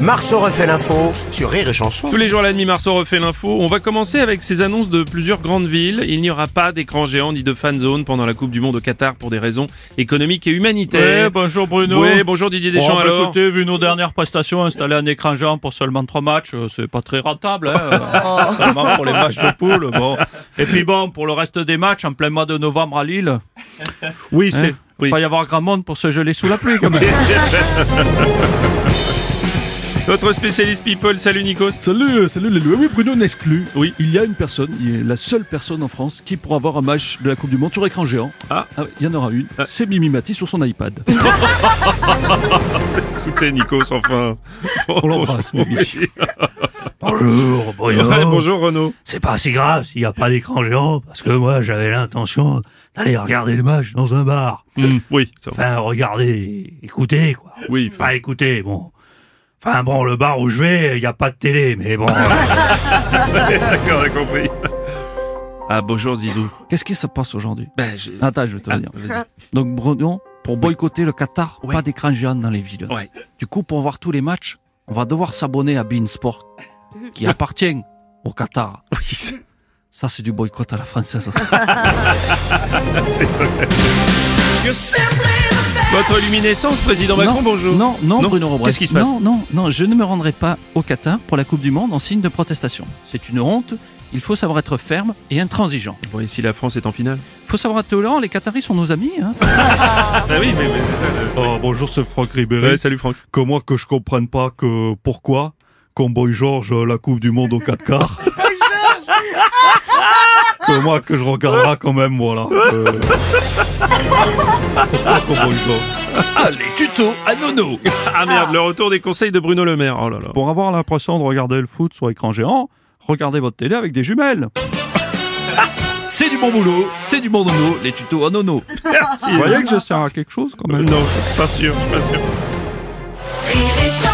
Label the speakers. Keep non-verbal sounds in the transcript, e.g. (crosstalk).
Speaker 1: Marceau refait l'info sur Rire et Chanson.
Speaker 2: Tous les jours à la nuit, Marceau refait l'info. On va commencer avec ces annonces de plusieurs grandes villes. Il n'y aura pas d'écran géant ni de fan zone pendant la Coupe du Monde au Qatar pour des raisons économiques et humanitaires.
Speaker 3: Ouais, bonjour Bruno.
Speaker 2: Ouais, bonjour Didier Deschamps
Speaker 3: Bon, bah,
Speaker 2: alors.
Speaker 3: écoutez, vu nos dernières prestations, installer un écran géant pour seulement trois matchs, euh, c'est pas très rentable. hein, euh, seulement pour les matchs de poule. Bon. Et puis bon, pour le reste des matchs, en plein mois de novembre à Lille,
Speaker 2: Hein oui, c'est...
Speaker 3: il va y avoir grand monde pour se geler sous la pluie.
Speaker 4: Ah,
Speaker 3: Quand même.
Speaker 2: Notre spécialiste people, salut Nikos.
Speaker 4: Salut, euh, salut les loups. Eh Oui, Bruno n'exclut. Oui, il y a une personne, il est la seule personne en France qui pourra voir un match de la Coupe du Monde sur écran géant.
Speaker 2: Ah.
Speaker 4: ouais, il y en aura une. C'est Mimi Mati sur son iPad.
Speaker 2: Écoutez Nikos, enfin.
Speaker 4: On l'embrasse, Mimi.
Speaker 5: Bonjour, Bruno.
Speaker 2: Ouais, bonjour Renaud.
Speaker 5: C'est pas si grave s'il n'y a pas d'écran géant, parce que moi j'avais l'intention d'aller regarder le match dans un bar.
Speaker 2: Oui, ça va.
Speaker 5: Enfin, regarder, écouter, quoi.
Speaker 2: Oui,
Speaker 5: Enfin, écouter, bon. Enfin, bon, le bar où je vais, il n'y a pas de télé, mais
Speaker 4: (laughs)
Speaker 5: bon. euh,
Speaker 2: d'accord, on a compris. Ah bonjour Zizou.
Speaker 3: Qu'est-ce qui se passe aujourd'hui
Speaker 2: Ben, je...
Speaker 3: Attends, je vais te le
Speaker 2: Ah,
Speaker 3: dire.
Speaker 2: vas-y.
Speaker 3: Donc Bruno, pour boycotter le Qatar,
Speaker 2: Ouais.
Speaker 3: pas d'écran géant dans les villes.
Speaker 2: Ouais.
Speaker 3: Du coup, pour voir tous les matchs, on va devoir s'abonner à Beansport,
Speaker 2: (laughs)
Speaker 3: qui appartient au Qatar. Ça, c'est du boycott à la française.
Speaker 2: (laughs) Votre luminescence, président Macron,
Speaker 3: non,
Speaker 2: bonjour.
Speaker 3: Non, non,
Speaker 2: Non.
Speaker 3: Bruno Robrecht.
Speaker 2: Qu'est-ce qui se passe
Speaker 3: Non, non, non, je ne me rendrai pas au Qatar pour la Coupe du Monde en signe de protestation. C'est une honte. Il faut savoir être ferme et intransigeant.
Speaker 2: Bon, et si la France est en finale
Speaker 3: Il faut savoir être tolérant. Les Qataris sont nos amis. hein.
Speaker 2: Ah oui, mais, mais c'est ça. le-
Speaker 4: Oh, bonjour, c'est Franck Ribéry.
Speaker 2: Ouais, salut Franck.
Speaker 4: Que moi que je comprenne pas que pourquoi Comboy Georges la Coupe du Monde au 4 quarts. (laughs) que moi que je regarderai quand même, voilà. Euh, pourquoi Cowboy Georges
Speaker 2: Ah merde, le retour des conseils de Bruno Le Maire. Oh là là.
Speaker 4: Pour avoir l'impression de regarder le foot sur écran géant, regardez votre télé avec des jumelles.
Speaker 3: C'est du bon boulot. C'est du bon nono. Les tutos à nono.
Speaker 2: Merci.
Speaker 4: Vous voyez que je sers à quelque chose quand
Speaker 2: Euh,
Speaker 4: même.
Speaker 2: Non, je suis pas sûr, je suis pas sûr.
Speaker 6: Rire et chanson.